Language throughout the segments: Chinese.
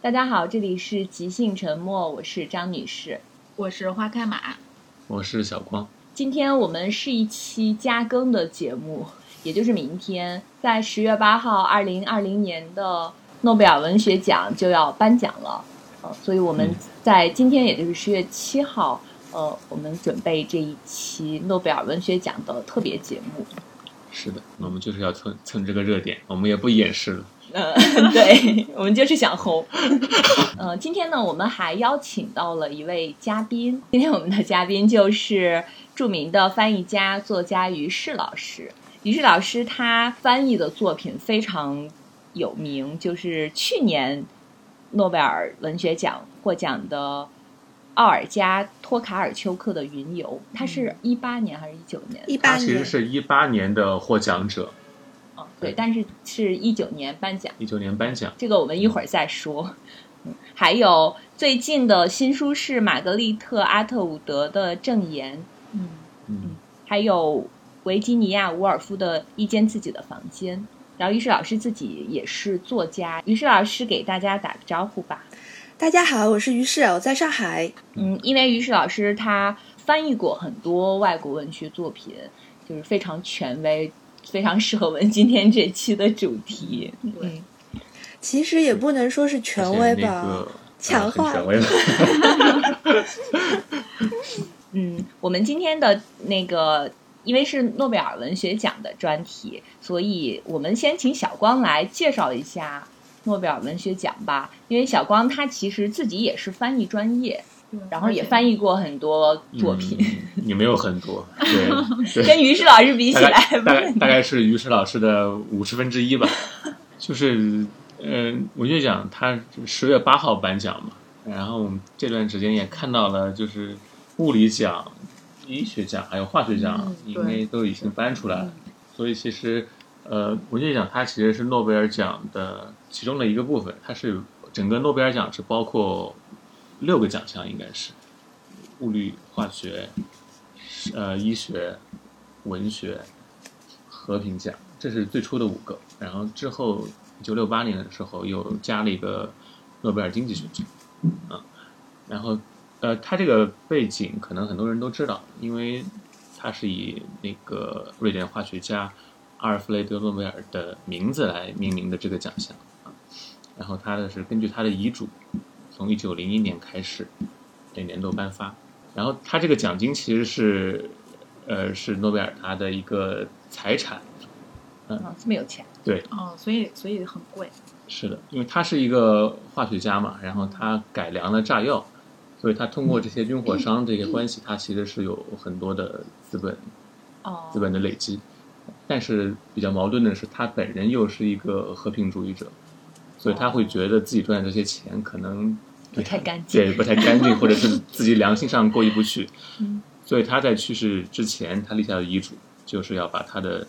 大家好，这里是即兴沉默，我是张女士。我是花开马，我是小光，今天我们是一期加更的节目，也就是明天，在十月八号，二零二零年的诺贝尔文学奖就要颁奖了。呃，所以我们嗯在今天，也就是十月七号，呃，我们准备这一期诺贝尔文学奖的特别节目。是的，我们就是要蹭蹭这个热点，我们也不掩饰了。呃， 对，我们就是想红。 呃，今天呢，我们还邀请到了一位嘉宾。今天我们的嘉宾就是著名的翻译家、作家于适老师。于适老师他翻译的作品非常有名，就是去年诺贝尔文学奖获奖的奥尔加托卡尔丘克的《云游》，他是一八年还是一九年？一八他其实年是一八年的获奖者，哦，对，但是是一九年颁奖。一九年颁奖。这个我们一会儿再说。嗯还有最近的新书是玛格丽特·阿特伍德的《证言》，嗯，嗯，还有维吉尼亚·伍尔夫的《一间自己的房间》。然后，于适老师自己也是作家，于适老师给大家打个招呼吧。大家好，我是于适，我在上海。嗯，因为于适老师他翻译过很多外国文学作品，就是非常权威，非常适合我们今天这期的主题。对嗯，其实也不能说是权而威且吧，那个强呃化很权威了。嗯，我们今天的那个，因为是诺贝尔文学奖的专题，所以我们先请小光来介绍一下诺贝尔文学奖吧。因为小光他其实自己也是翻译专业，嗯然后也翻译，译过很多作品，嗯也没有很多，对对，跟于适老师比起大来概，大概大概是于适老师的五十分之一吧。 就是，呃，文学奖它十月八号颁奖嘛，然后我们这段时间也看到了，就是物理奖、医学奖还有化学奖嗯，应对该都已经颁出来了。所以其实，呃，文学奖它其实是诺贝尔奖的其中的一个部分，它是整个诺贝尔奖是包括六个奖项，应该是物理、化学、呃医学、文学、和平奖，这是最初的五个。然后之后，一九六八年的时候又加了一个诺贝尔经济学奖，啊，然后呃，它这个背景可能很多人都知道，因为它是以那个瑞典化学家阿尔弗雷德·诺贝尔的名字来命名的这个奖项啊。然后它的是根据他的遗嘱，从一九零一年开始，每年都颁发。然后他这个奖金其实是，呃，是诺贝尔他的一个财产，啊这么有钱，哦，所以所以很贵，是的，因为他是一个化学家嘛，然后他改良了炸药，所以他通过这些军火商这些关系，他其实是有很多的资本哦，资本的累积。但是比较矛盾的是，他本人又是一个和平主义者，所以他会觉得自己赚的这些钱可能不太干净对，不太干净，或者是自己良心上过意不去。嗯所以他在去世之前，他立下的遗嘱就是要把他的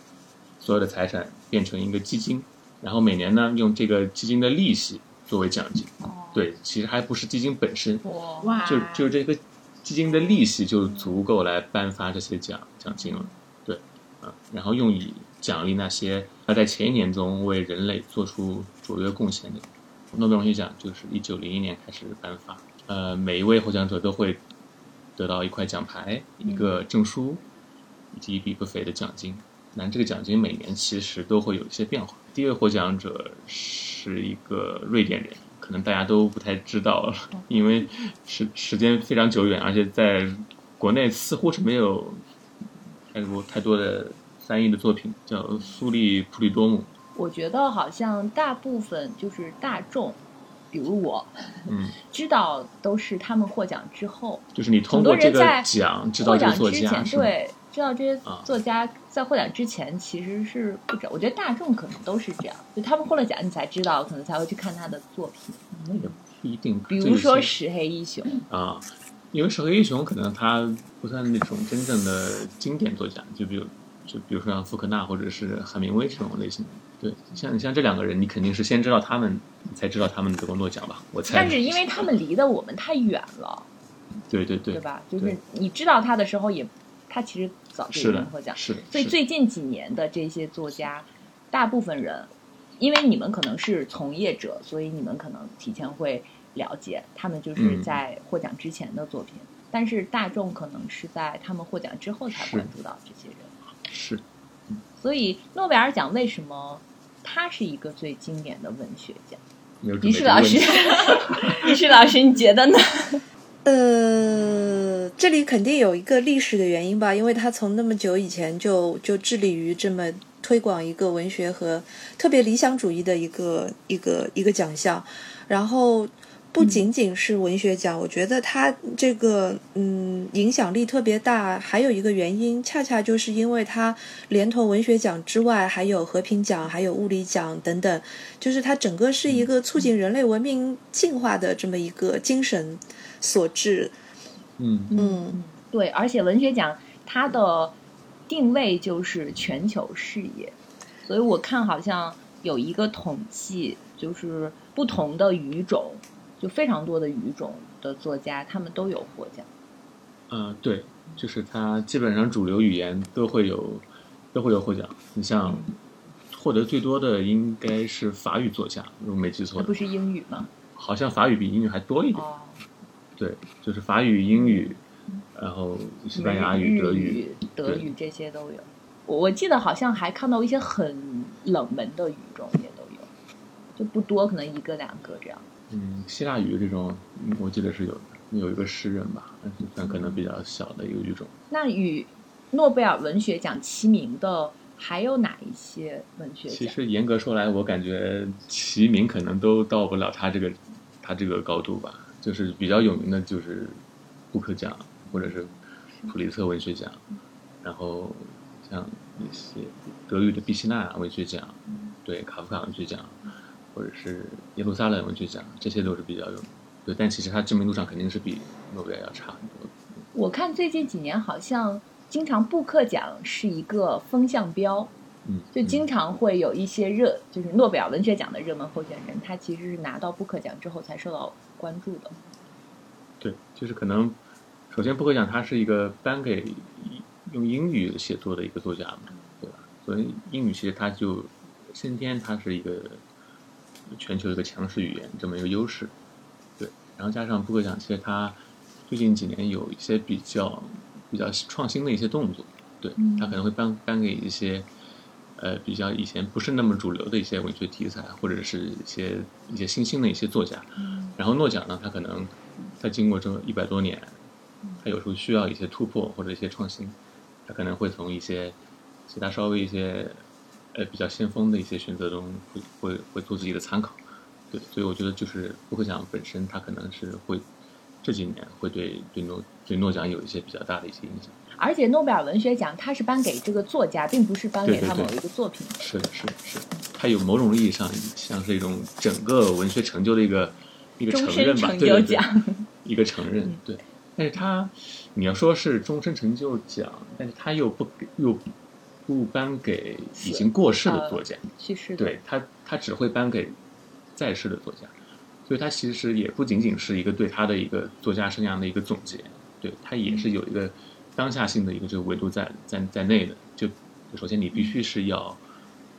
所有的财产变成一个基金，然后每年呢用这个基金的利息作为奖金。哦，对，其实还不是基金本身，哇，哇，就就这个基金的利息就足够来颁发这些奖奖金了，对，啊，然后用以奖励那些他在前一年中为人类做出卓越贡献的人。诺贝尔文学奖就是一九零一年开始颁发，呃，每一位获奖者都会得到一块奖牌、一个证书以及一笔不菲的奖金。那这个奖金每年其实都会有一些变化。第一位获奖者是一个瑞典人，可能大家都不太知道了，哦因为时时间非常久远，而且在国内似乎是没有太多太多的翻译的作品，叫苏利普里多姆。我觉得好像大部分就是大众，比如我嗯，知道都是他们获奖之后。就是你通过很多这人在个奖知道获这个奖作之家前，是吗？对，知道这些啊作家在获奖之前其实是不知道。我觉得大众可能都是这样，就他们获了奖，你才知道，可能才会去看他的作品。那也不一定。比这如个说是石黑一雄，啊，因为石黑一雄可能他不算那种真正的经典作家，就比如就比如说像福克纳或者是海明威这种类型的。对，像像这两个人，你肯定是先知道他们，你才知道他们得过诺奖吧？我猜。但是因为他们离得我们太远了，对对对对吧？就是对你知道他的时候也，他其实早就是已经的获，奖。是的。所以是的最近几年的这些作家，大部分人因为你们可能是从业者，所以你们可能提前会了解他们就是嗯在获奖之前的作品，但是大众可能是在他们获奖之后才是关注到这些人。是所以诺贝尔奖为什么它是一个最经典的文学奖？没有准于是备这个老问师题， 于是老师，你觉得呢？呃，这里肯定有一个历史的原因吧，因为他从那么久以前就就致力于这么推广一个文学和特别理想主义的一个一个一个奖项，然后。不仅仅是文学奖，我觉得它这个嗯影响力特别大，还有一个原因，恰恰就是因为它连同文学奖之外，还有和平奖、还有物理奖等等，就是它整个是一个促进人类文明进化的这么一个精神所致。嗯嗯，对，而且文学奖它的定位就是全球视野，所以我看好像有一个统计，就是不同的语种，就非常多的语种的作家，他们都有获奖。呃，对，就是它基本上主流语言都会有都会有获奖。你像获得最多的应该是法语作家，如果没记错那的不是英语吗？好像法语比英语还多一点。哦，对，就是法语、英语，然后西班牙语、日德语，语、德语这些都有。我我记得好像还看到一些很冷门的语种也都有，就不多，可能一个两个这样。嗯，希腊语这种，嗯我记得是有的，有一个诗人吧，但是算可能比较小的一个语种。那与诺贝尔文学奖齐名的还有哪一些文学其奖？实严格说来，我感觉齐名可能都到不了他这个他这个高度吧。就是比较有名的就是布克奖，或者是普利策文学奖，然后像一些德语的毕希纳文学奖，对卡夫卡文学奖，或者是耶路撒冷文学奖，这些都是比较有名。对，但其实它知名度上肯定是比诺贝尔要差很多的。我看最近几年好像经常布克奖是一个风向标，嗯，就经常会有一些热，就是诺贝尔文学奖的热门候选人，他其实是拿到布克奖之后才受到关注的。对，就是可能，首先不可讲，他是一个颁给用英语写作的一个作家嘛，对吧？所以英语其实它就先天它是一个全球一个强势语言这么一个优势，对。然后加上布克奖，其实他最近几年有一些比较比较创新的一些动作，对嗯他可能会颁颁给一些呃比较以前不是那么主流的一些文学题材，或者是一些一些新兴的一些作家，然后诺奖呢，它可能它经过这一百多年，它有时候需要一些突破或者一些创新，它可能会从一些其他稍微一些呃比较先锋的一些选择中会会会做自己的参考。对，所以我觉得就是布克奖本身，它可能是会这几年会对对诺对诺奖有一些比较大的一些影响。而且诺贝尔文学奖它是颁给这个作家，并不是颁给对对他对某一个作品。是的，是的，是的，它有某种意义上像是一种整个文学成就的一个一个承终身认吧，成对就对对奖，嗯一个承认，对。但是它，你要说是终身成就奖，但是它又不给又不颁给已经过世的作家，去世的，对他，他只会颁给在世的作家，所以他其实也不仅仅是一个对他的一个作家生涯的一个总结，对他也是有一个当下性的一个这个维度在在在内的。就首先你必须是要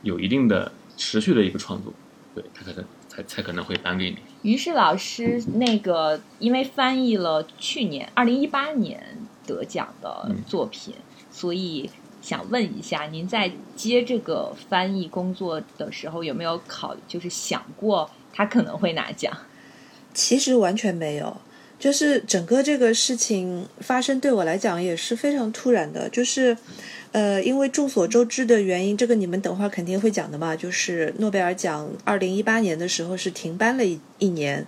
有一定的持续的一个创作，对他可能才才可能会颁给你。于是老师那个，因为翻译了去年二零一八年得奖的作品，所以想问一下，您在接这个翻译工作的时候，有没有考就是想过他可能会拿奖？其实完全没有，就是整个这个事情发生对我来讲也是非常突然的，就是，呃，因为众所周知的原因，这个你们等会儿肯定会讲的嘛，就是诺贝尔奖二零一八年的时候是停颁了一一年，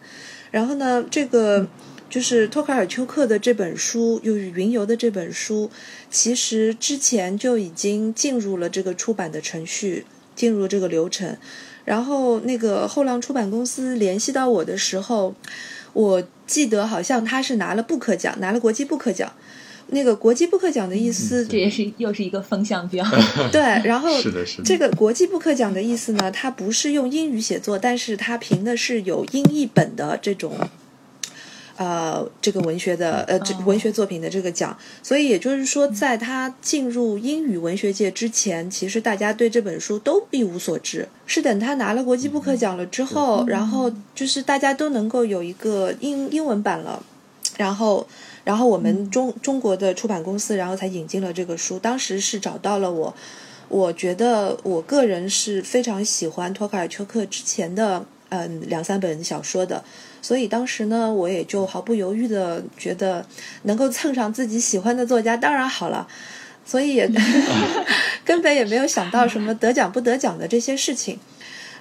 然后呢，这个。就是托卡尔丘克的这本书，就是《云游》的这本书，其实之前就已经进入了这个出版的程序，进入这个流程。然后那个后浪出版公司联系到我的时候，我记得好像他是拿了布克奖，拿了国际布克奖。那个国际布克奖的意思，这也是又是一个风向标。 对，然后 是的，是的，这个国际布克奖的意思呢，它不是用英语写作，但是它评的是有英译本的这种。呃这个文学的呃这哦文学作品的这个奖。所以也就是说，在他进入英语文学界之前，其实大家对这本书都一无所知。是等他拿了国际布克奖了之后，然后就是大家都能够有一个英英文版了，然后。然后我们中中国的出版公司，然后才引进了这个书。当时是找到了我，我觉得我个人是非常喜欢托卡尔丘克之前的嗯两三本小说的，所以当时呢，我也就毫不犹豫的觉得能够蹭上自己喜欢的作家当然好了，所以也 根本也没有想到什么得奖不得奖的这些事情。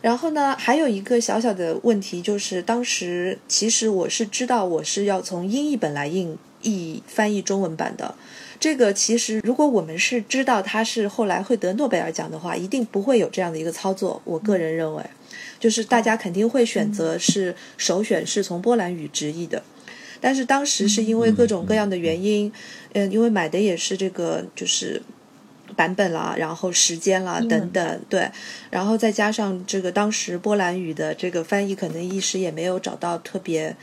然后呢，还有一个小小的问题，就是当时其实我是知道我是要从英译本来印译翻译中文版的。这个其实，如果我们是知道他是后来会得诺贝尔奖的话，一定不会有这样的一个操作。我个人认为，就是大家肯定会选择是首选是从波兰语直译的。但是当时是因为各种各样的原因，嗯，因为买的也是这个就是版本啦，然后时间啦英文等等，对，然后再加上这个当时波兰语的这个翻译，可能一时也没有找到特别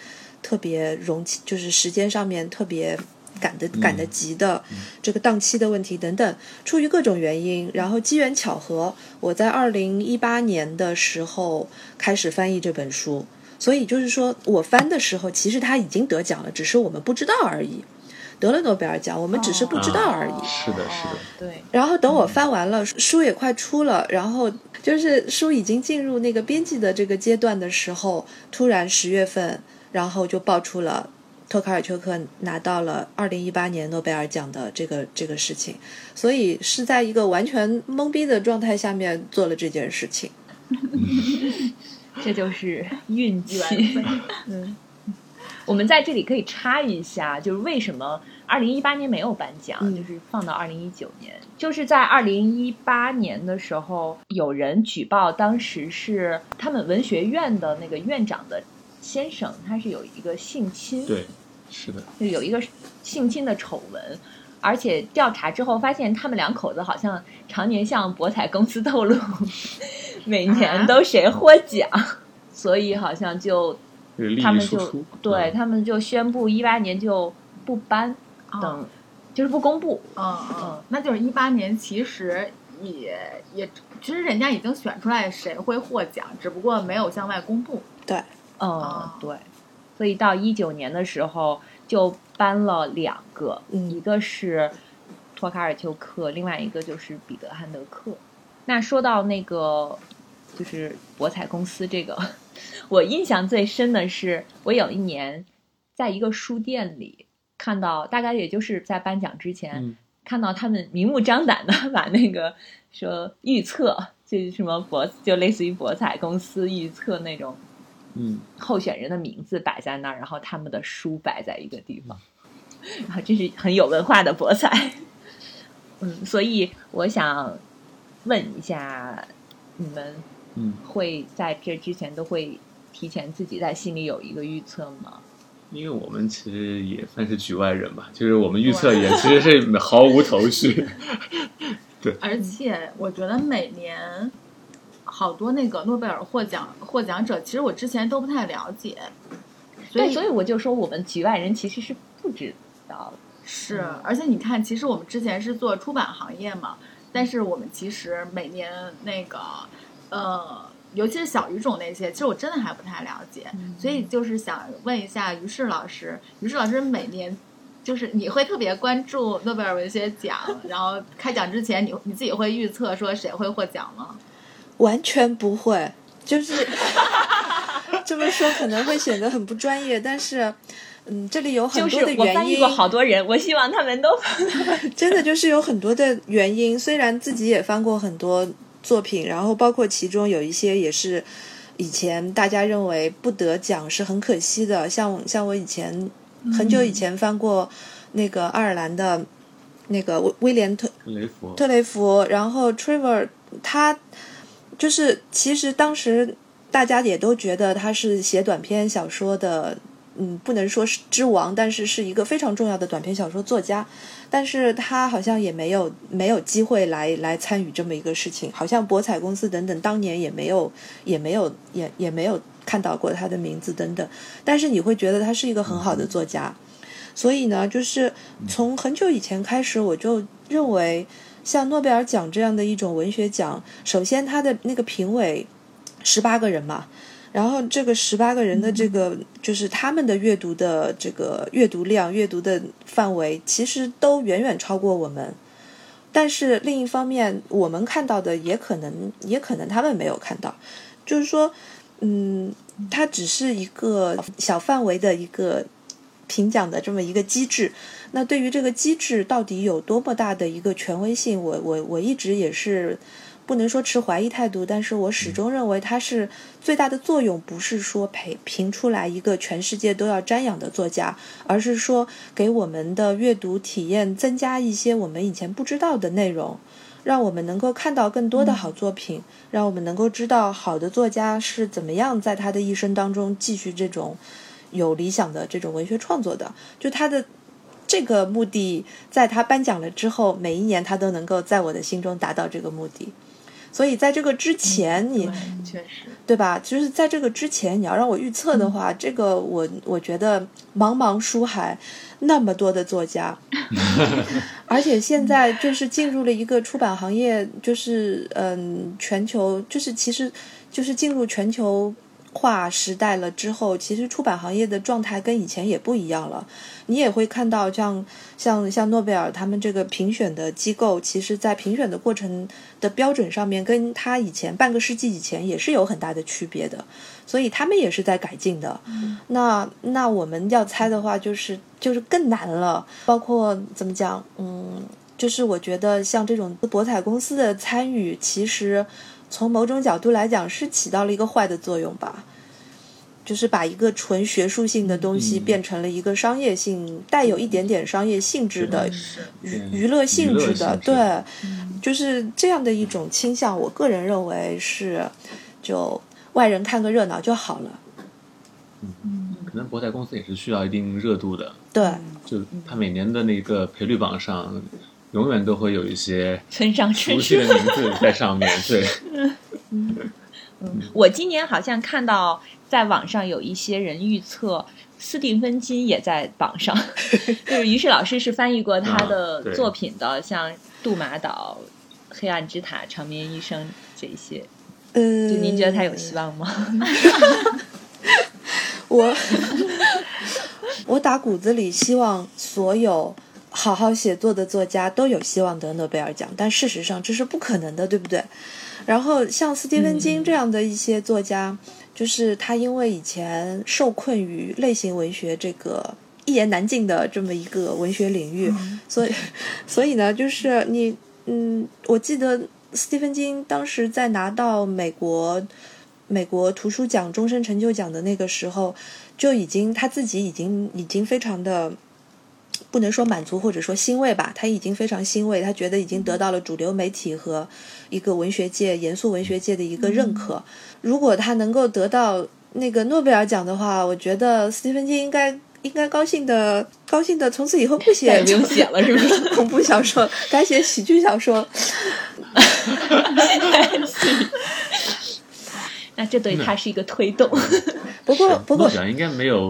特别容器，就是时间上面特别赶得赶得及的这个档期的问题等等，出于各种原因，然后机缘巧合，我在二零一八年的时候开始翻译这本书，所以就是说我翻的时候，其实它已经得奖了，只是我们不知道而已。得了诺贝尔奖，我们只是不知道而已。是的是的哦对，然后嗯等我翻完了，书也快出了，然后就是书已经进入那个编辑的这个阶段的时候，突然十月份，然后就爆出了托卡尔丘克拿到了二零一八年诺贝尔奖的这个这个事情，所以是在一个完全懵逼的状态下面做了这件事情。这就是运缘气。分，嗯，我们在这里可以插一下，就是为什么二零一八年没有颁奖，嗯就是放到二零一九年，就是在二零一八年的时候，有人举报，当时是他们文学院的那个院长的先生，他是有一个性侵，对，是的，就有一个性侵的丑闻。而且调查之后发现，他们两口子好像常年向博彩公司透露， 每年都谁获奖，所以好像就这个利他益们输就出，对嗯他们就宣布一八年就不颁，哦，等就是不公布。嗯嗯嗯，那就是一八年，其实也也，其实人家已经选出来谁会获奖，只不过没有向外公布，对，嗯哦，对，所以到一九年的时候就颁了两个，嗯一个是托卡尔丘克，另外一个就是彼得汉德克。那说到那个就是博彩公司这个， 我印象最深的是我有一年在一个书店里看到，大概也就是在颁奖之前，嗯看到他们明目张胆的 把那个说预测，就是什么博，就类似于博彩公司预测那种嗯，候选人的名字摆在那儿，然后他们的书摆在一个地方，然后这是很有文化的博彩。 嗯，所以我想问一下，你们嗯会在这之前都会提前自己在心里有一个预测吗？因为我们其实也算是局外人吧，就是我们预测也其实是毫无 头绪。而且我觉得每年好多那个诺贝尔获奖获奖者，其实我之前都不太了解，所对，以所以我就说我们局外人其实是不知道的。是嗯，而且你看，其实我们之前是做出版行业嘛，但是我们其实每年那个呃，尤其是小语种那些，其实我真的还不太了解，所以就是想问一下于适老师，于适老师每年。就是你会特别关注诺贝尔文学奖，然后开奖之前你，你自己会预测说谁会获奖吗？完全不会，就是 这么说可能会显得很不专业，但是。嗯，这里有很就多是的原因。我翻译过好多人，我希望他们都 真的就是有很多的原因，虽然自己也翻过很多作品，然后包括其中有一些也是以前大家认为不得奖是很可惜的，像像我以前很久以前翻过那个爱尔兰的那个威威廉特雷佛，特雷弗，然后 Trevor 他就是其实当时大家也都觉得他是写短篇小说的，嗯，不能说是之王，但是是一个非常重要的短篇小说作家。但是他好像也没有没有机会来来参与这么一个事情，好像博彩公司等等当年也没有也没有也也没有看到过他的名字等等，但是你会觉得他是一个很好的作家。所以呢，就是从很久以前开始，我就认为，像诺贝尔奖这样的一种文学奖，首先它的那个评委十八个人嘛，然后这个十八个人的这个就是他们的阅读的这个阅读量、阅读的范围，其实都远远超过我们。但是另一方面，我们看到的也可能，也可能他们没有看到，就是说，嗯，它只是一个小范围的一个评奖的这么一个机制。那对于这个机制到底有多么大的一个权威性，我我我一直也是不能说持怀疑态度，但是我始终认为它是最大的作用，不是说培评出来一个全世界都要瞻仰的作家，而是说给我们的阅读体验增加一些我们以前不知道的内容。让我们能够看到更多的好作品，让我们能够知道好的作家是怎么样在他的一生当中继续这种有理想的这种文学创作的。就他的这个目的，在他颁奖了之后，每一年他都能够在我的心中达到这个目的。所以在这个之前，你对确实，对吧？就是在这个之前，你要让我预测的话，这个我我觉得茫茫书海那么多的作家，而且现在就是进入了一个出版行业，就是嗯，全球就是其实就是进入全球化时代了之后，其实出版行业的状态跟以前也不一样了。你也会看到像像像诺贝尔他们这个评选的机构，其实在评选的过程的标准上面，跟他以前半个世纪以前也是有很大的区别的，所以他们也是在改进的。那那我们要猜的话，就是就是更难了，包括怎么讲，嗯，就是我觉得像这种博彩公司的参与，其实从某种角度来讲是起到了一个坏的作用吧。就是把一个纯学术性的东西嗯变成了一个商业性，带有一点点商业性质 的是娱嗯娱乐性娱质的，乐性质对，就是这样的一种倾向。我个人认为是，就外人看个热闹就好了。可能博彩公司也是需要一定热度的，对，就嗯它每年的那个赔率榜上，永远都会有一 些村上熟春悉树的。名字在上面。对，嗯嗯我今年好像看到在网上有一些人预测斯蒂芬金也在榜 上，就是于是老师是翻译过他啊的对作品的，像《杜马岛》《黑暗之塔》《长眠医生》这一些。嗯，就您觉得他有希望 吗？我我打骨子里希望所有好好写作的作家都有希望得诺贝尔奖，但事实上这是不可能的，对不对？然后像斯蒂芬金这样的一些作家，就是他因为以前受困于类型文学这个。一言难尽的这么一个文学领域，所以， 所以呢，就是你，嗯，我记得斯蒂芬金当时在拿到美国美国图书奖终身成就奖的那个时候，就已经他自己已经已经非常的不能说满足或者说欣慰吧，他已经非常欣慰，他觉得已经得到了主流媒体和一个文学界严肃文学界的一个认可。如果他能够得到那个诺贝尔奖的话，我觉得斯蒂芬金应该应该高兴的高兴的，从此以后不再也写不用写了，是不 是？恐怖小说，改写喜剧小说。 那这对他是一个推动。不过 不过诺，奖应该没有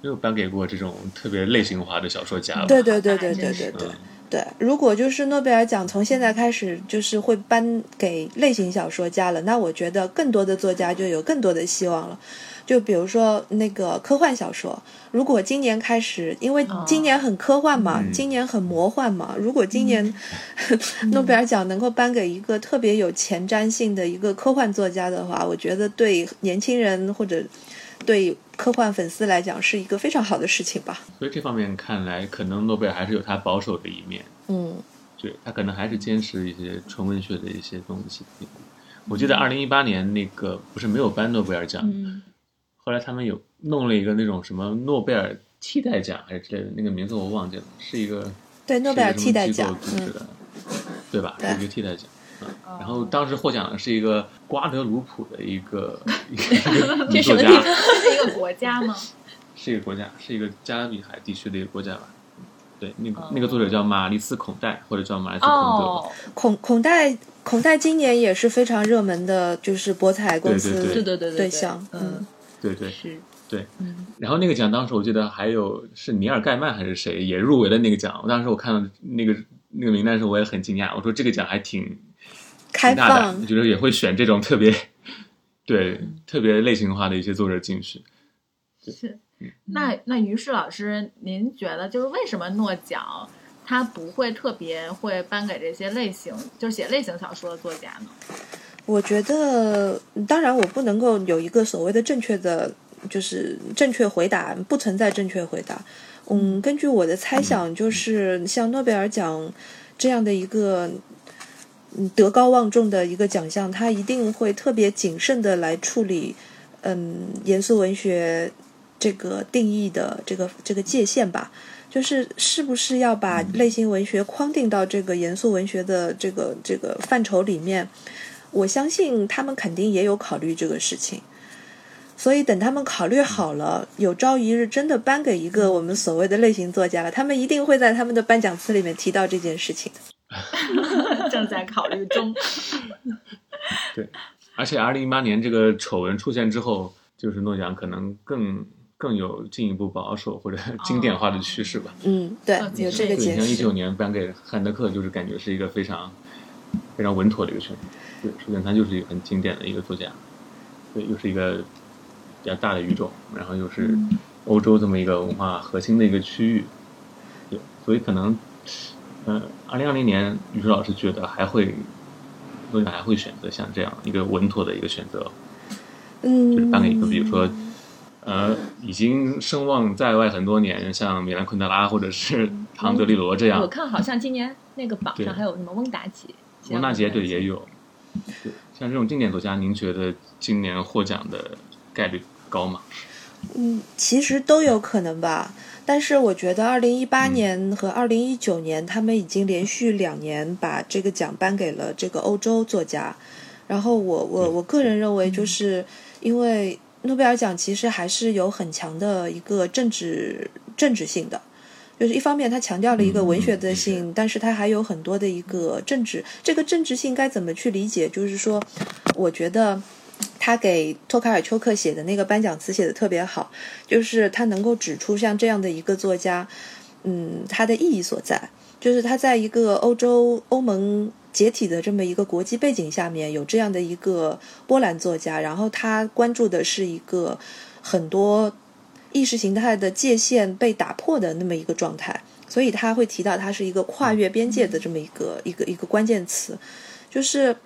没有颁给过这种特别类型化的小说家吧？对对对对哎对真是对对嗯对，如果就是诺贝尔奖从现在开始就是会颁给类型小说家了，那我觉得更多的作家就有更多的希望了。就比如说那个科幻小说，如果今年开始，因为今年很科幻嘛，嗯今年很魔幻嘛，如果今年、 诺贝尔奖能够颁给一个特别有前瞻性的一个科幻作家的话，我觉得对年轻人或者对科幻粉丝来讲是一个非常好的事情吧。所以这方面看来，可能诺贝尔还是有他保守的一面。嗯。对他可能还是坚持一些纯文学的一些东西。我记得二零一八年那个不是没有颁诺贝尔奖，嗯，后来他们有弄了一个那种什么诺贝尔替代奖还是之类的，那个名字我忘记了，是一个对诺贝尔替代奖嗯是一个什么机构组织的，对吧？对是一个替代奖。嗯哦然后当时获奖的是一 个瓜德鲁普的一个一个这女什作么家地，方这是一个国家吗？是一个国家，是一个加勒比海地区的一个国家吧。嗯对，那个哦那个作者叫玛丽斯·孔代，或者叫 玛丽斯·孔德。哦，孔孔代孔代今年也是非常热门的，就是博彩公司对对对对对对象，嗯嗯，对对，是，然后那个奖当时我记得还有是尼尔盖曼还是谁也入围了那个奖，我当时我看到那个那个名单的时候我也很惊讶，我说这个奖还挺开挺大胆放的，就是也会选这种特别对特别类型化的一些作者进去。是，嗯那那于是老师，您觉得就是为什么诺奖他不会特别会颁给这些类型，就是写类型小说的作家呢？ 我觉得，当然我不能够有一个所谓的正确的，就是正确回答，不存在正确回答。嗯，根据我的猜想，就是像诺贝尔奖这样的一个嗯德高望重的一个奖项，它一定会特别谨慎的来处理，嗯，严肃文学这个定义的这个这个界限吧。就是是不是要把类型文学框定到这个严肃文学的这个这个范畴里面？我相信他们肯定也有考虑这个事情，所以等他们考虑好了，有朝一日真的颁给一个我们所谓的类型作家了，他们一定会在他们的颁奖词里面提到这件事情的。正在考虑中。而且二零一八年这个丑闻出现之后，就是诺奖可能更更有进一步保守或者经典化的趋势吧。嗯，对哦，有这个对，解你像一释九。年颁给汉德克，就是感觉是一个非常非常稳妥的一个选择。对，首先他就是一个很经典的一个作家，对，又是一个比较大的语种，然后又是嗯欧洲这么一个文化核心的一个区域，对，所以可能，呃，二零二零年于是老师觉得还会，诺奖还会选择像这样一个稳妥的一个选择，嗯就是颁给一个，比如说，呃，已经声望在外很多年，像米兰昆德拉或者是嗯唐德利罗这我样，看好像今年那个榜啊对上还有什么翁达杰，蒙纳杰对也有，有。对像这种经典作家，您觉得今年获奖的概率高吗？嗯，其实都有可能吧。但是我觉得，二零一八嗯年和二零一九年，他们已经连续两年把这个奖颁给了这个欧洲作家。然后我我对我个人认为，就是因为诺贝尔奖其实还是有很强的一个政治政治性的，就是一方面它强调了一个文学的性，但是它还有很多的一个政治。这个政治性该怎么去理解？就是说，我觉得他给托卡尔丘克写的那个颁奖词写的特别好，就是他能够指出像这样的一个作家，嗯，它的意义所在，就是他在一个欧洲欧盟解体的这么一个国际背景下面，有这样的一个波兰作家，然后他关注的是一个很多意识形态的界限被打破的那么一个状态，所以他会提到它是一个跨越边界的这么一个一个一个关键词，就是。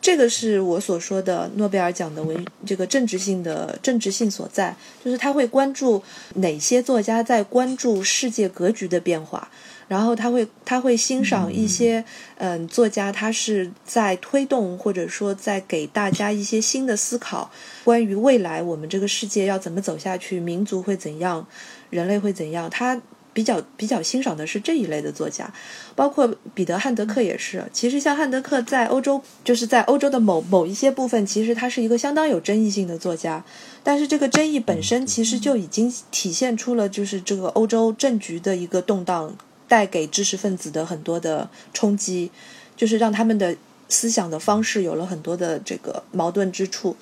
这个是我所说的诺贝尔奖的文这个政治性的政治性所在，就是他会关注哪些作家在关注世界格局的变化，然后他会他会欣赏一些嗯、作家，他是在推动或者说在给大家一些新的思考，关于未来我们这个世界要怎么走下去，民族会怎样，人类会怎样，他。比较比较欣赏的是这一类的作家，包括彼得汉德克也是。其实像汉德克在欧洲，就是在欧洲的某某一些部分，其实他是一个相当有争议性的作家。但是这个争议本身其实就已经体现出了，就是这个欧洲政局的一个动荡带给知识分子的很多的冲击，就是让他们的思想的方式有了很多的这个矛盾之处。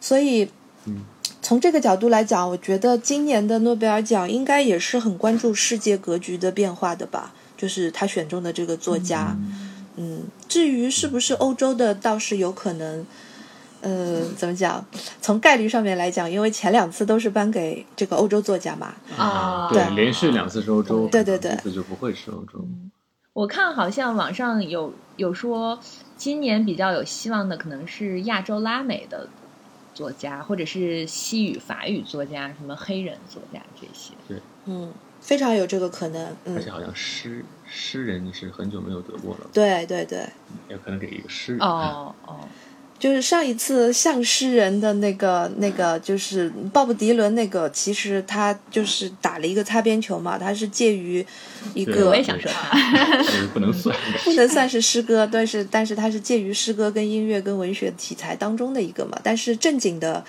所以，嗯从这个角度来讲，我觉得今年的诺贝尔奖应该也是很关注世界格局的变化的吧，就是他选中的这个作家。嗯，至于是不是欧洲的，倒是有可能。呃，怎么讲？从概率上面来讲，因为前两次都是颁给这个欧洲作家嘛，啊对，对连续两次是欧洲，对对对嗯这次就不会是欧洲。我看好像网上有有说，今年比较有希望的可能是亚洲拉美的作家，或者是西语、法语作家，什么黑人作家这些。嗯，非常有这个可能。嗯而，且好像诗诗人是很久没有得过了，对对对，也可能给一个诗人。哦哦，就是上一次像诗人的那个那个，就是鲍勃迪伦那个，其实他就是打了一个擦边球嘛，他是介于一对我个也想说他。就是不能算。不能算是诗歌，但是但是它是介于诗歌跟音乐跟文学题材当中的一个嘛。但是正经的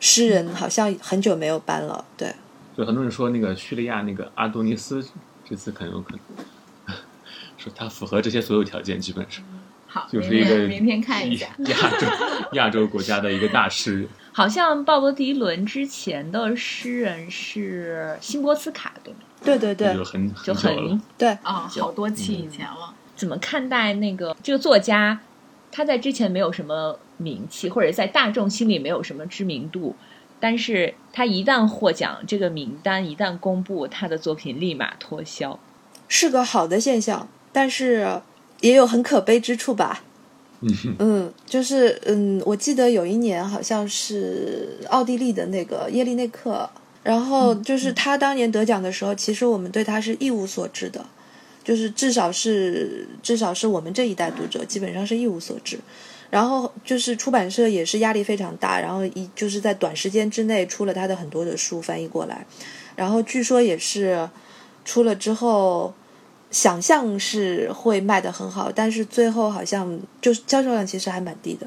诗人好像很久没有搬了，对，对，很多人说那个叙利亚那个阿多尼斯这次很有可能说它符合这些所有条件，基本上好，就是明一个天明天看一下。亚洲亚洲国家的一个大师。 好像鲍勃迪伦之前的诗人是辛波斯卡，对吗？对对对就很就久很了。对，啊、好多期嗯以前了。怎么看待那个这个作家？他在之前没有什么名气，或者在大众心里没有什么知名度，但是他一旦获奖，这个名单一旦公布，他的作品立马脱销。是个好的现象，但是也有很可悲之处吧。嗯，嗯，就是嗯，我记得有一年好像是奥地利的那个耶利内克，然后就是他当年得奖的时候，其实我们对他是一无所知的，就是至少是至少是我们这一代读者基本上是一无所知。然后就是出版社也是压力非常大，然后一就是在短时间之内出了他的很多的书翻译过来，然后据说也是出了之后，想象是会卖得很好，但是最后好像就是销售量其实还蛮低的，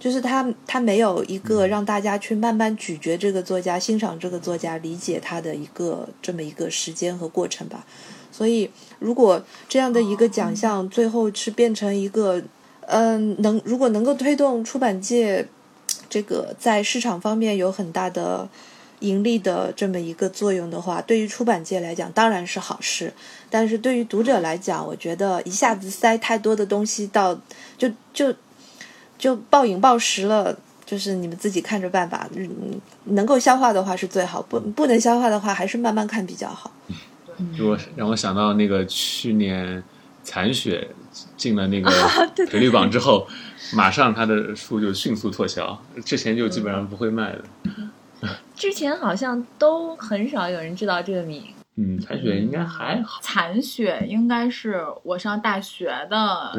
就是他他没有一个让大家去慢慢咀嚼这个作家、欣赏这个作家、理解他的一个这么一个时间和过程吧。所以，如果这样的一个奖项最后是变成一个，嗯，能如果能够推动出版界这个在市场方面有很大的盈利的这么一个作用的话，对于出版界来讲当然是好事，但是对于读者来讲，我觉得一下子塞太多的东西到就就就暴饮暴食了。就是你们自己看着办吧，嗯，能够消化的话是最好，不不能消化的话还是慢慢看比较好。就我让我想到那个去年残雪进了那个啊对对赔率榜之后，马上他的书就迅速脱销，之前就基本上不会卖的。之前好像都很少有人知道这个名，嗯，残雪应该还好。残雪应该是我上大学对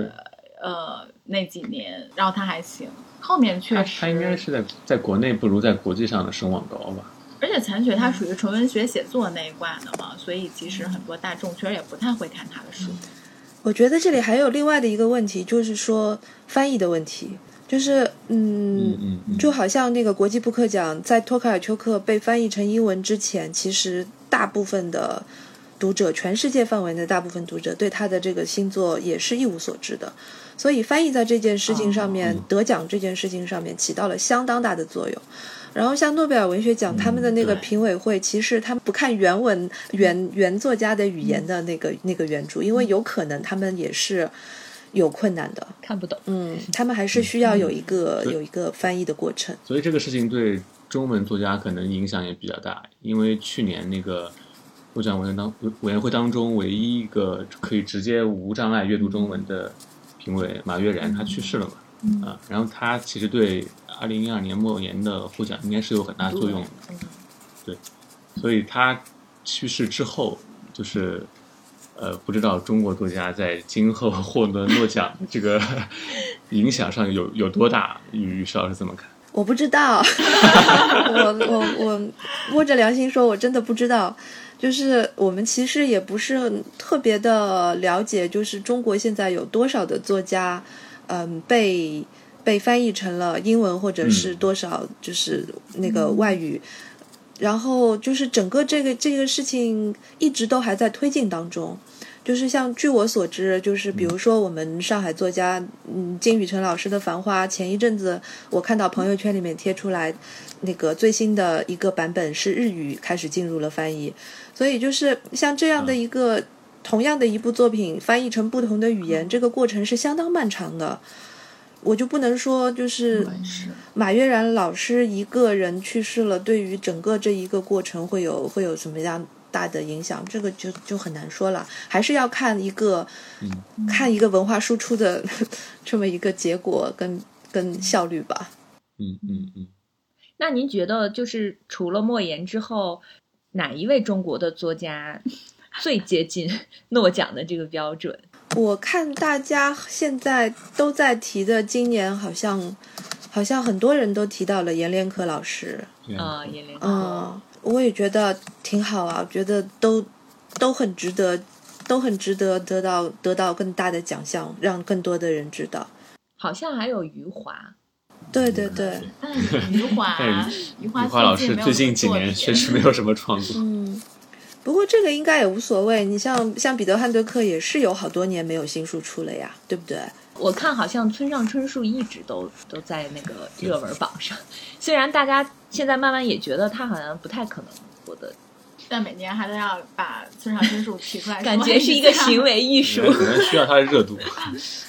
的呃那几年，然后他还行，后面他确实他应该是在在国内不如在国际上的声望高吧？而且残雪它嗯属于纯文学写作那一挂的嘛，所以其实很多大众圈也不太会看他的书。我觉得这里还有另外的一个问题，就是说翻译的问题，就是嗯，嗯嗯，就好像那个国际布克奖在托卡尔丘克被翻译成英文之前，其实大部分的读者，全世界范围内大部分读者对他的这个新作也是一无所知的，所以翻译在这件事情上面，嗯得奖这件事情上面起到了相当大的作用。然后像诺贝尔文学奖，他们的那个对评委会，其实他们不看原文原原作家的语言的那嗯个那个原著，因为有可能他们也是有困难的，看不懂。嗯，他们还是需要有一个有一个翻译的过程。所以这个事情对中文作家可能影响也比较大，因为去年那个获奖委员当委员会当中唯一一个可以直接无障碍阅读中文的评委马悦然他去世了嘛，啊，然后他其实对二零一二年莫言的获奖应该是有很大作用的，对，所以他去世之后就是。呃，不知道中国作家在今后获得诺奖这个 影响上有有多大？于于是老师怎么看？我不知道，我我我摸着良心说，我真的不知道。就是我们其实也不是很特别的了解，就是中国现在有多少的作家，嗯，被被翻译成了英文，或者是嗯多少就是那个外语。然后就是整个这个这个事情一直都还在推进当中。就是像据我所知，就是比如说我们上海作家，嗯，金宇澄老师的《繁花》，前一阵子我看到朋友圈里面贴出来，那个最新的一个版本是日语开始进入了翻译，所以就是像这样的一个、同样的一部作品翻译成不同的语言，这个过程是相当漫长的。我就不能说嗯就是是马悦然老师一个人去世了，对于整个这一个过程会有会有什么样大的影响？这个就就很难说了，还是要看一个、看一个文化输出的 这么一个结果跟跟效率吧。嗯嗯嗯。那您觉得，就是除了莫言之后，哪一位中国的作家最接近 诺奖的这个标准？我看大家现在都在提的，今年好像好像很多人都提到了阎连科老师，对啊、阎连科。嗯，我也觉得挺好啊，我觉得都都很值得，都很值得得到得到更大的奖项，让更多的人知道。好像还有余华，对对对，但余华 但，余哎余华老华师没有最近什几么作年确品 实没有什么创作。嗯，不过这个应该也无所谓，你像像彼得汉德克也是有好多年没有新书出了呀，对不对？我看好像村上春树一直都都在那个热文榜上，虽然大家现在慢慢也觉得他好像不太可能获得，但每年还都要把村上春树提出来说，感觉是一 个行为艺术。可能需要它的热度。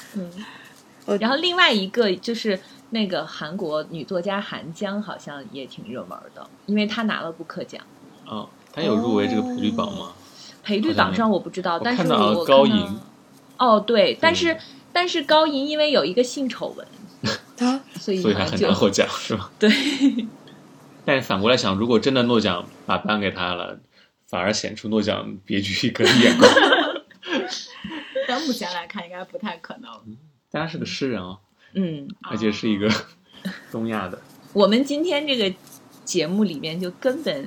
我 然后另外一个就是那个韩国女作家韩江，好像也挺热门的，因为她拿了布克奖。啊，他有入围这个赔率榜吗？赔率榜上我不知道，但是看到我高看银嗯到哦，对，但是但是高银因为有一个性丑闻，啊，所以所以好他像很就难获奖，是吧？对。 但是反过来想，如果真的诺奖把颁给他了，反而显出诺奖别具一格的眼光。 但目前来看应该不太可能。但他是个诗人哦，嗯，而且是一个东亚的。我们今天这个节目里面就根本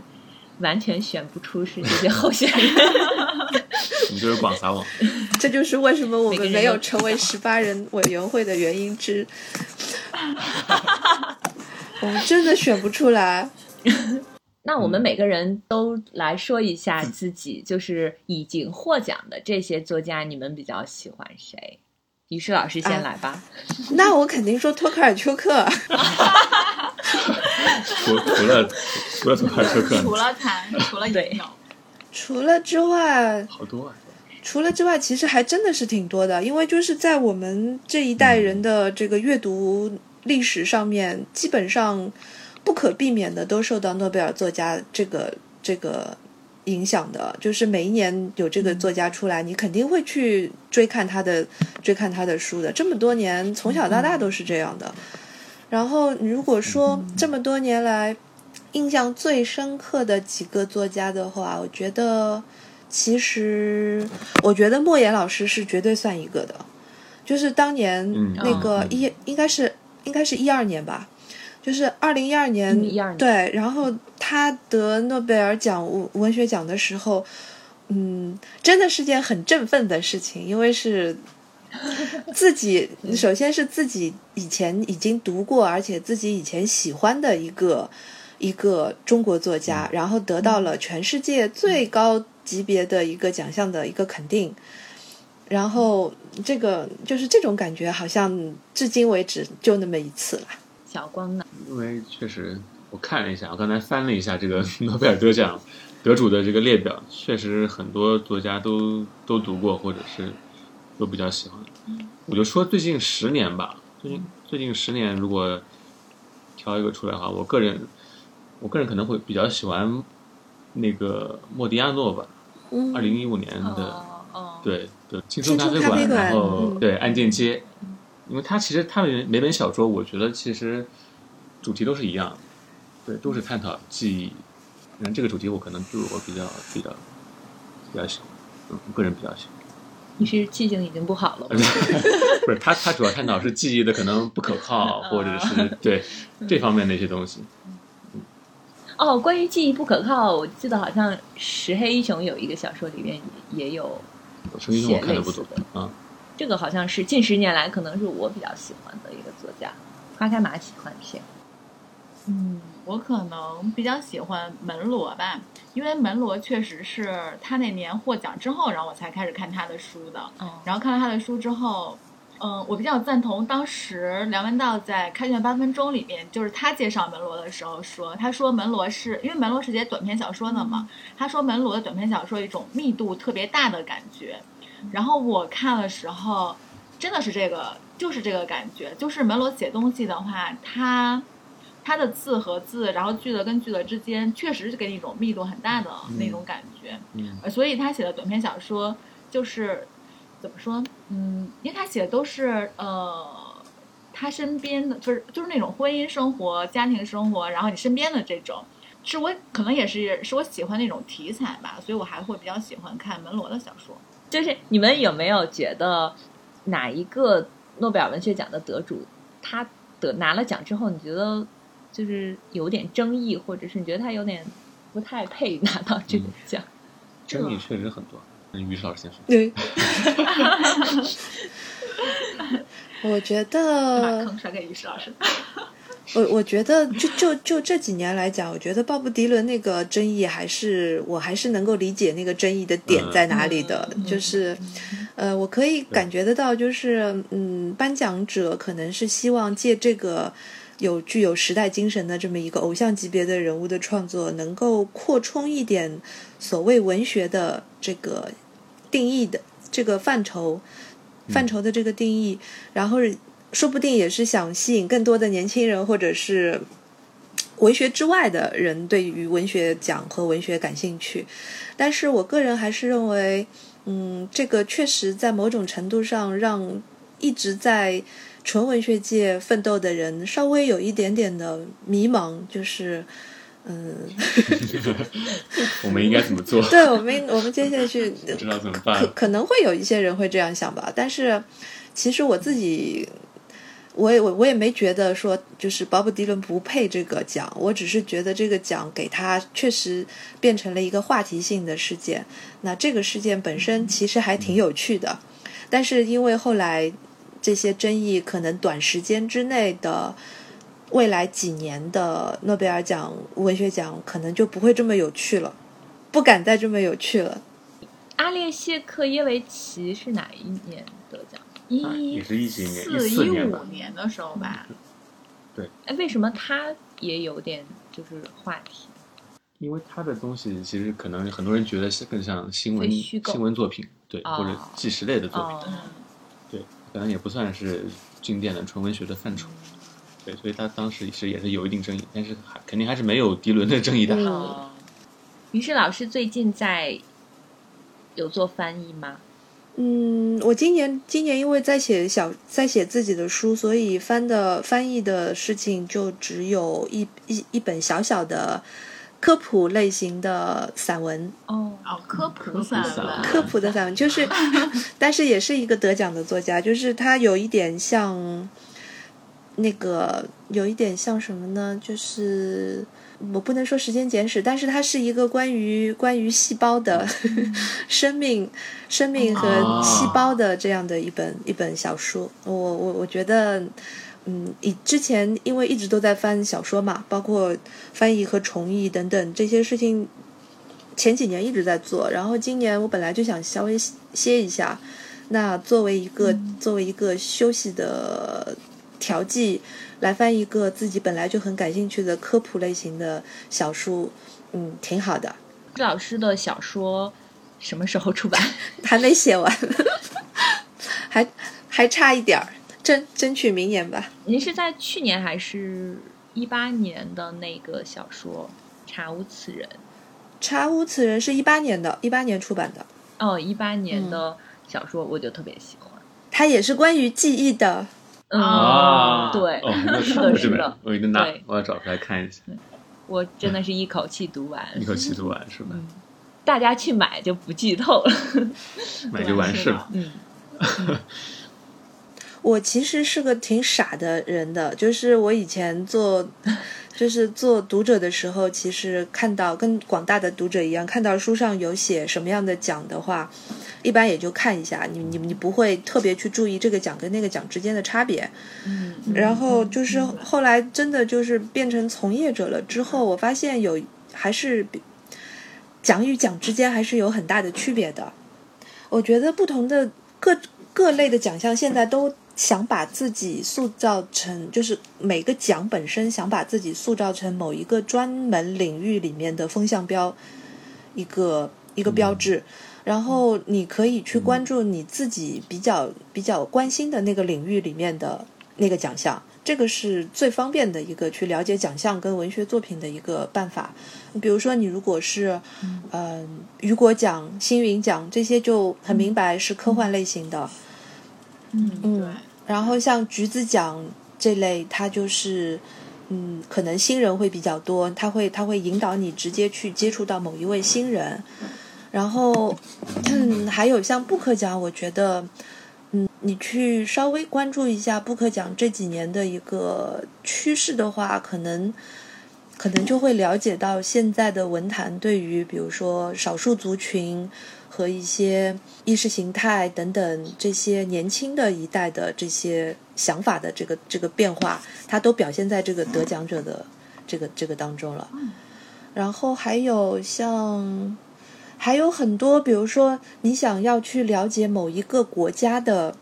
完全选不出是这些候选人。我们就是广撒网， 这就是为什么我每个们人没有都成为十八人委员会的原因之， 我们真的选不出来。那我们每个人都来说一下自己，就是已经获奖的这些作家，你们比较喜欢谁？于是老师先来吧。那我肯定说托卡尔丘克，除除了除了托卡尔丘 除克，了他，除了对也有，除了之外，好多啊。除了之外，其实还真的是挺多的，因为就是在我们这一代人的这个阅读历史上面，基本上不可避免的都受到诺贝尔作家这个这个影响的，就是每一年有这个嗯作家出来，你肯定会去追看他的追看他的书的。这么多年，从小到嗯大都是这样的。然后，如果说这么多年来印象最深刻的几个作家的话，我觉得。其实，我觉得莫言老师是绝对算一个的，就是当年嗯那个嗯一、应该是应该是一二年吧，就是二零一二年嗯12年对，然后他得诺贝尔奖文文学奖的时候，嗯，真的是件很振奋的事情，因为 是自己首先是自己以前已经读过，而且自己以前喜欢的一个一个中国作家，然后得到了全世界最高级别的一个奖项的一个肯定。然后，这个就是这种感觉，好像至今为止就那么一次了。小光呢？因为确实我看了一下，我刚才翻了一下这个 诺贝尔得奖得主的这个列表，确实很多作家都都读过，或者是都比较喜欢。我就说最近十年吧，最近最近十年，如果挑一个出来的话，我个人我个人可能会比较喜欢那个莫迪亚诺吧，嗯二零一五年的哦哦，对对，轻松松咖咖啡啡馆然后、嗯对案件街，因为它其实它每每本小说，我觉得其实主题都是一样，对，都是探讨记忆。然后这个主题我可能就是我比较比较比较喜欢，嗯，我个人比较喜欢。你是记性已经不好了吗？ 不是，他他主要探讨是记忆的可能不可靠，或者是对这方面的一些东西。哦，关于记忆不可靠，我记得好像石黑一雄有一个小说里面也也有，陈英雄我看的不多写类似啊，这个好像是近十年来可能是我比较喜欢的一个作家。花开马喜欢谁？嗯，我可能比较喜欢门罗吧，因为门罗确实是他那年获奖之后，然后我才开始看他的书的。哦，然后看了他的书之后，嗯，我比较赞同当时梁文道在《开卷八分钟》里面，就是他介绍门罗的时候说，他说门罗是因为门罗是写短篇小说的嘛，他说门罗的短篇小说有一种密度特别大的感觉。然后我看的时候，真的是这个，就是这个感觉，就是门罗写东西的话，他。他的字和字，然后句子跟句子之间，确实是给你一种密度很大的那种感觉。嗯，呃，所以他写的短篇小说就是怎么说？嗯，因为他写的都是呃，他身边的就是就是那种婚姻生活、家庭生活，然后你身边的这种，是我可能也是是我喜欢那种题材吧，所以我还会比较喜欢看门罗的小说。就是你们有没有觉得哪一个诺贝尔文学奖的得主，他得拿了奖之后，你觉得就是有点争议，或者是你觉得他有点不太配 拿到这个奖？嗯争议确实很多。嗯于是老师先说，对，我觉把得呃坑甩给于适老师。我我觉得就就就这几年来讲，我觉得鲍勃迪伦那个争议还是我还是能够理解那个争议的点在哪里的，就是，呃，我可以感觉得到，就是嗯，颁奖者可能是希望借这个。有具有时代精神的这么一个偶像级别的人物的创作，能够扩充一点所谓文学的这个定义的这个范畴，范畴的这个定义，然后说不定也是想吸引更多的年轻人，或者是文学之外的人对于文学奖和文学感兴趣。但是我个人还是认为，嗯，这个确实在某种程度上让一直在纯文学界奋斗的人稍微有一点点的迷茫，就是。嗯，我们应该怎么做？对我们，我们接下去 不知道怎么可办。可能会有一些人会这样想吧，但是其实我自己，我也我我也没觉得说就是鲍勃迪伦不配这个奖，我只是觉得这个奖给他确实变成了一个话题性的事件。那这个事件本身其实还挺有趣的，但是因为后来这些争议可能短时间之内的。未来几年的诺贝尔奖文学奖可能就不会这么有趣了，不敢再这么有趣了。阿列谢克耶维奇是哪一年得奖？啊一也是一几年，四四一年吧五。年的时候吧，哎，为什么他也有点就是话题？因为他的东西其实可能很多人觉得是更像新闻非虚构新闻作品，对，哦或者纪实类的作品，哦，嗯对，可能也不算是经典的纯文学的范畴。对，所以他当时是也是有一定争议，但是还肯定还是没有迪伦的争议大。嗯哦于是老师最近在有做翻译吗？嗯，我今年今年因为在写小在写自己的书，所以翻的翻译的事情就只有一一一本小小的科普类型的散文，哦，哦，科普散散文文，科普的散文，就是， 但是也是一个得奖的作家，就是他有一点像那个，有一点像什么呢？就是我不能说《时间简史》，但是它是一个关于关于细胞的 生命、生命和哦细胞的这样的一本、一本小说。我我我觉得。嗯，以之前因为一直都在翻小说嘛，包括翻译和重译等等这些事情，前几年一直在做，然后今年我本来就想稍微歇歇一下，那作为一个、作为一个休息的调剂，来翻一个自己本来就很感兴趣的科普类型的小书，嗯，挺好的，这老师的小说什么时候出版？还没写完，还还差一点儿，争争取明年吧。您是在去年还是一八年的那个小说《查无此人》？查无此人是一八年的，一八年出版的，哦，一八年的小说我就特别喜欢。它也是关于记忆的。嗯，啊，对哦，那是是的 我是这本的我一定拿对，我要找出来看一下，我真的是一口气读完，一口气读完是吧？嗯大家去买就不剧透了。买就完事了。嗯，我其实是个挺傻的人的，就是我以前做， 就是做读者的时候，其实看到跟广大的读者一样，看到书上有写什么样的奖的话，一般也就看一下，你你你不会特别去注意这个奖跟那个奖之间的差别。嗯，然后就是后来真的就是变成从业者了之后，我发现有还是比奖与奖之间还是有很大的区别的。我觉得不同的各各类的奖项现在都想把自己塑造成，就是每个奖本身想把自己塑造成某一个专门领域里面的风向标，一个一个标志。然后你可以去关注你自己比较比较关心的那个领域里面的那个奖项，这个是最方便的一个去了解奖项跟文学作品的一个办法。比如说，你如果是，嗯、雨果奖、星云奖这些就很明白是科幻类型的。嗯，对，然后像橘子奖这类，它就是，嗯，可能新人会比较多，它会它会引导你直接去接触到某一位新人。然后，嗯，还有像布克奖，我觉得，嗯，你去稍微关注一下布克奖这几年的一个趋势的话，可能可能就会了解到现在的文坛对于比如说少数族群和一些意识形态等等这些年轻的一代的这些想法的这个这个变化，它都表现在这个得奖者的这个这个当中了。然后还有像。还有很多，比如说你想要去了解某一个国家的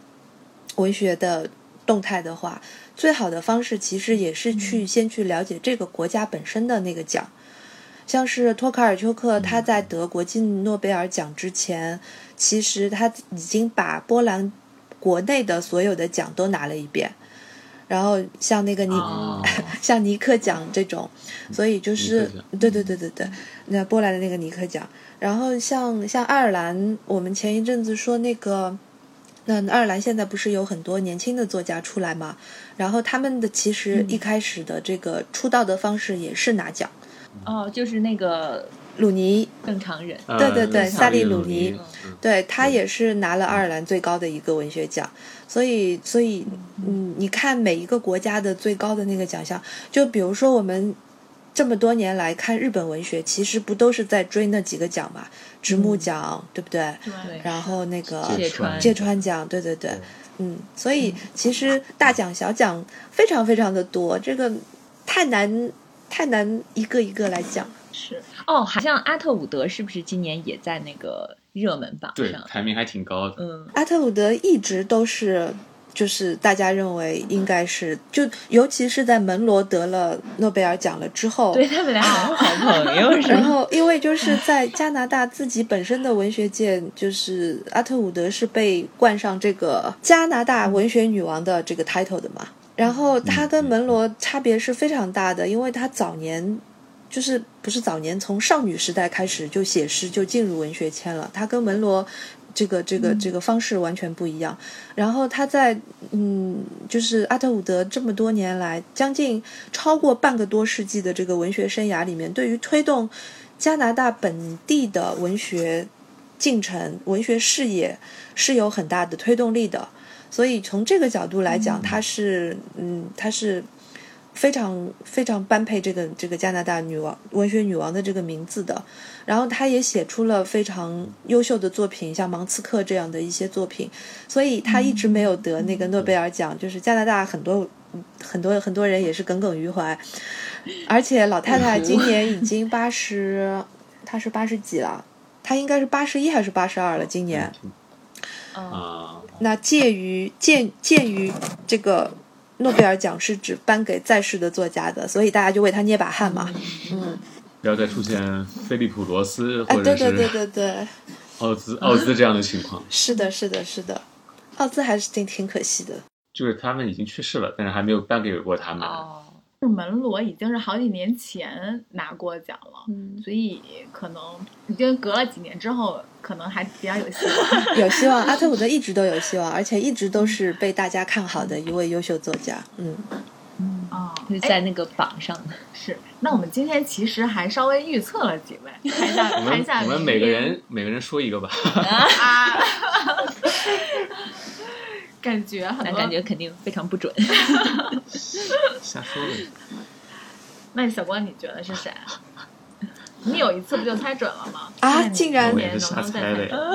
文学的动态的话，最好的方式其实也是去先去了解这个国家本身的那个奖。像是托卡尔丘克，他在得国际诺贝尔奖之前，其实他已经把波兰国内的所有的奖都拿了一遍。然后像那嗯个尼、哦像尼克奖这种，所以就是尼克奖嗯对对对对对，那波兰的那个尼克奖，然后像像爱尔兰，我们前一阵子说那个，那爱尔兰现在不是有很多年轻的作家出来嘛，然后他们的其实一开始的这个出道的方式也是拿奖，哦，就是那个鲁尼正常人，呃 对对对萨萨利鲁鲁尼嗯对他也是拿了爱尔兰最高的一个文学奖，所以所以嗯，你看每一个国家的最高的那个奖项，就比如说我们这么多年来看日本文学，其实不都是在追那几个奖嘛，直木奖、对不对？对对，然后那个芥川嗯川芥川奖，对对对对，嗯，所以其实大奖小奖非常非常的多，这个太难太难一个一个来讲。是哦，好像阿特伍德是不是今年也在那个热门榜对上？排名还挺高的。嗯，阿特伍德一直都是，就是大家认为应该是，就尤其是在门罗得了诺贝尔奖了之后，对他们俩好像好朋友是然 吗？后因为就是在加拿大自己本身的文学界，就是阿特伍德是被冠上这个加拿大文学女王的这个 title 的嘛。然后他跟门罗差别是非常大的，因为他早年就是不是早年从少女时代开始就写诗就进入文学圈了，他跟门罗。这个这个这个方式完全不一样。然后他在嗯，就是阿特伍德这么多年来，将近超过半个多世纪的这个文学生涯里面，对于推动加拿大本地的文学进程、文学事业是有很大的推动力的。所以从这个角度来讲，他是嗯，他是非常非常般配这个这个加拿大女王文学女王的这个名字的。然后他也写出了非常优秀的作品，像《芒刺客》这样的一些作品，所以他一直没有得那个诺贝尔奖。就是加拿大很多很多很多人也是耿耿于怀，而且老太太今年已经八十，她是八十几了，她应该是八十一还是八十二了？今年嗯啊，那介于鉴鉴于这个诺贝尔奖是只颁给在世的作家的，所以大家就为他捏把汗嘛。嗯，不要再出现菲利普·罗斯哎，或对者对对是对对，奥兹奥兹这样的情况，是的，是的，是的，奥兹还是挺挺可惜的。就是他们已经去世了，但是还没有颁给过他们。哦，就是门罗已经是好几年前拿过奖了，嗯，所以可能已经隔了几年之后，可能还比较有希 望。有希望，阿特伍德一直都有希望，而且一直都是被大家看好的一位优秀作家。嗯，哦，就是哎在那个榜上的。是，那我们今天其实还稍微预测了几位，看一下我看一们下我们每个人每个人说一个 吧。啊，感觉很那多感觉肯定非常不准。瞎说呗。那小光，你觉得是谁？啊你有一次不就猜准了吗？啊看你竟然今我也年是能不瞎能再猜的猜中？呀。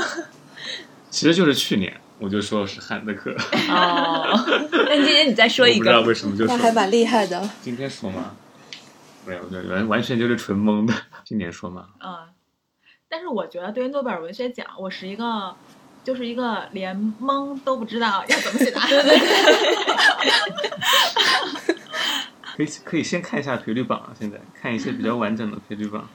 其实就是去年，我就说是汉德 克，哦，那今天你再说我一不知道个，为什么就那还说蛮厉害的。今天说嘛，没有，就完完全就是纯蒙的。今年说嘛，嗯，但是我觉得对于诺贝尔文学奖，我是一个，就是一个连蒙都不知道要怎么写答案。对对对，可以可以先看一下赔率榜啊，现在看一些比较完整的赔率榜。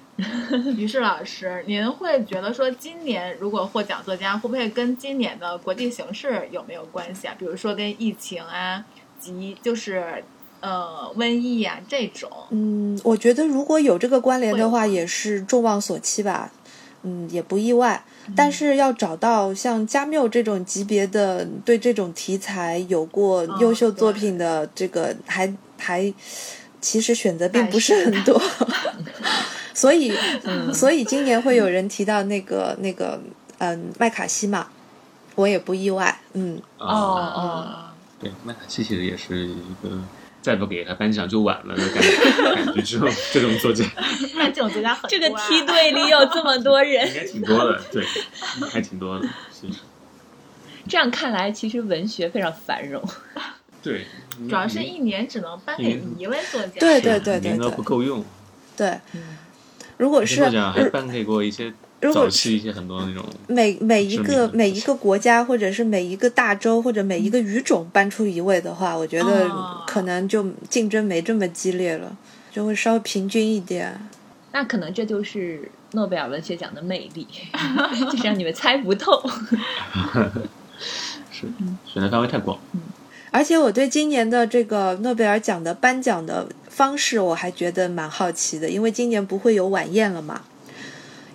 于是老师，您会觉得说，今年如果获奖作家，会不会跟今年的国际形势有没有关系啊？比如说跟疫情啊，及就是呃瘟疫啊这种。嗯，我觉得如果有这个关联的话，会有吗也是众望所期吧。嗯，也不意外。但是要找到像加缪这种级别的，对这种题材有过啊优秀作品的，这个还还其实选择并不是很多。 所以，嗯所以今年会有人提到那个那个嗯麦卡锡嘛，我也不意外。嗯，哦哦对，麦卡锡其实也是一个再不给他颁奖就晚了的感 觉，感觉这种这种作家那这种作家很这个多啊梯队里有这么多人应，该挺多的，对，应该还挺多的，其实这样看来，其实文学非常繁荣。对，主主要是一年只能颁给一位作家，对对对对名额对不够用，对，嗯如果是作家还如颁给过一些如果早期一些很多那种每每一知名个的嗯每一个国家，或者是每一个大洲，或者每一个语种搬出一位的话，我觉得哦可能就竞争没这么激烈了，就会稍微平均一点。那可能这就是诺贝尔文学奖的魅力，就是让你们猜不透。是选择范围太广，而且我对今年的这个诺贝尔奖的颁奖的方式，我还觉得蛮好奇的，因为今年不会有晚宴了嘛。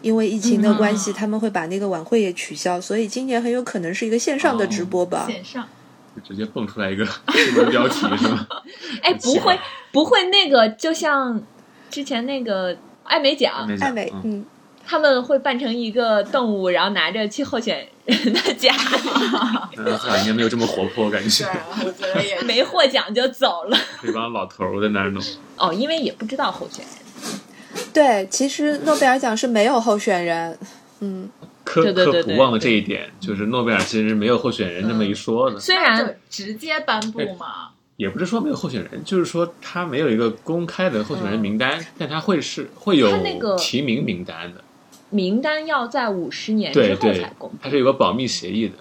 因为疫情的关系，嗯他们会把那个晚会也取消，所以今年很有可能是一个线哦上的直播吧。线上就直接蹦出来一个新闻标题是吗？哎，很奇不怪会，不会，那个就像之前那个艾美奖，那艾美，嗯，嗯，他们会扮成一个动物，然后拿着去候选人的家，那斯卡应该没有这么活泼，感觉对，我觉得也是没获奖就走了。这帮老头儿在那儿弄，哦，因为也不知道候选人。嗯对，其实诺贝尔奖是没有候选人，嗯，科对对科对普对忘了这一点，就是诺贝尔其实没有候选人这么一说的，虽那就然直接颁布嘛，也不是说没有候选人，就是说他没有一个公开的候选人名单，但他会是会有嗯他那个提名名单的，名单要在五十年嗯之对后对才公布，，嗯他是有个保密协议的，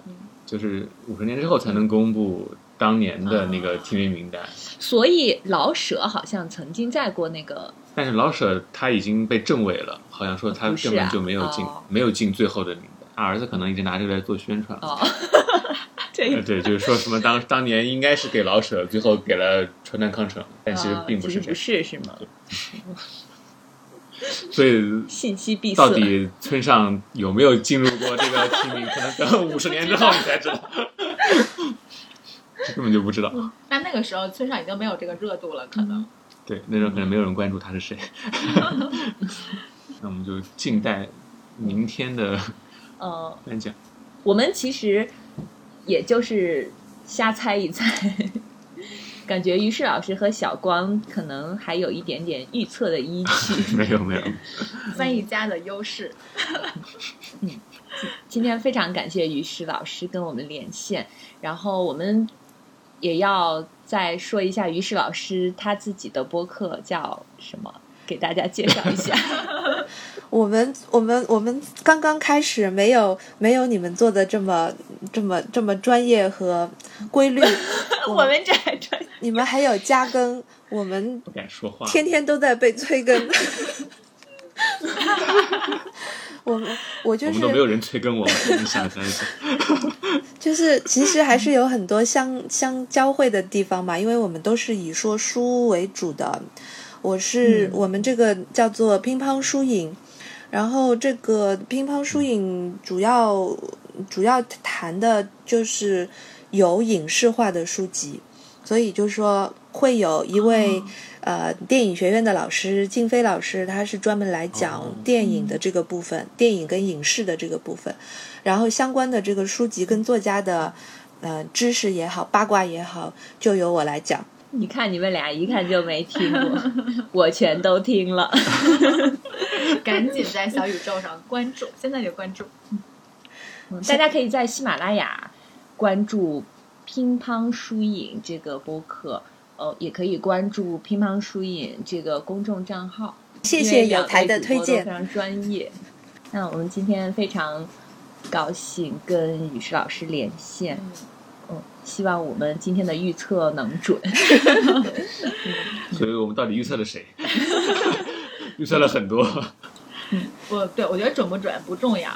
就是五十年之后才能公布当年的那啊个提名名单。所以老舍好像曾经在过那个但是老舍他已经被政委了，好像说他不是根本啊就没有进，哦没有进最后的名单。他儿子可能一直拿这个来做宣传。 哦，这呃个对，就是说什么当当年应该是给老舍，最后给了川端康成，但其实啊并不其实是这样不。是是吗？所以信息闭塞到。底村上有没有进入过这个提名？可能等五十年之后你才知道， 这根本就不知嗯道。那那个时候村上已经没有这个热度了，可能对，那时候可能没有人关注他是 谁。那我们就静待明天的呃，颁 奖。我们其实也就是瞎猜一猜， 感觉于适老师和小光可能还有一点点预测的 依据。没有没有，嗯翻译家的优势，今天非常感谢于适老师跟我们连线，然后我们也要再说一下于适老师他自己的播客叫什么，给大家介绍一 下。 我们我们我们刚刚开始，没有没有你们做的这么这么这么专业和规律。我我们这还专你们还有加更，我们不敢说话。天天都在被催更。 我们我我就们都没有是人催更我们，你想象一下，就是，其实还是有很多相 相交汇的地方嘛，因为我们都是以说书为主的。我是、我们这个叫做乒乓书影，然后这个乒乓书影主要主要谈的就是有影视化的书籍，所以就说会有一位、呃电影学院的老师静飞老师，他是专门来讲哦电影的这个部嗯分，电影跟影视的这个部分，然后相关的这个书籍跟作家的呃知识也好，八卦也好，就由我来讲。你看你们俩一看就没听过，我全都听 了。赶紧在小宇宙上关注，现在就关注。大家可以在喜马拉雅关注“乒乓书影”这个播客，呃，也可以关注“乒乓书影”这个公众账号。谢因为谢两有位台的啊主推播都荐非。常专业。那我们今天非常高兴跟雨石老师连线，嗯，嗯，希望我们今天的预测能准。 所以我们到底预测了 谁？预测了很多，我对我觉得准不准不重要，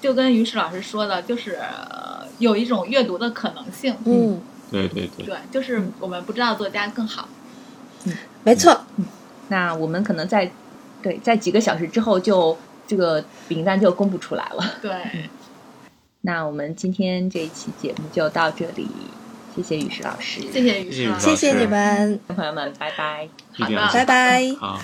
就跟于适老师说的，就是、呃有一种阅读的可能性。嗯，对对对，对，就是我们不知道作家更好。没错，那我们可能在对在几个小时之后就这个名单就公布出来了。嗯对，那我们今天这一期节目就到这里，谢谢雨石老师，谢谢于谢谢适于老老嗯师师。谢谢你们，朋友们，拜拜。一定要好的拜拜。好。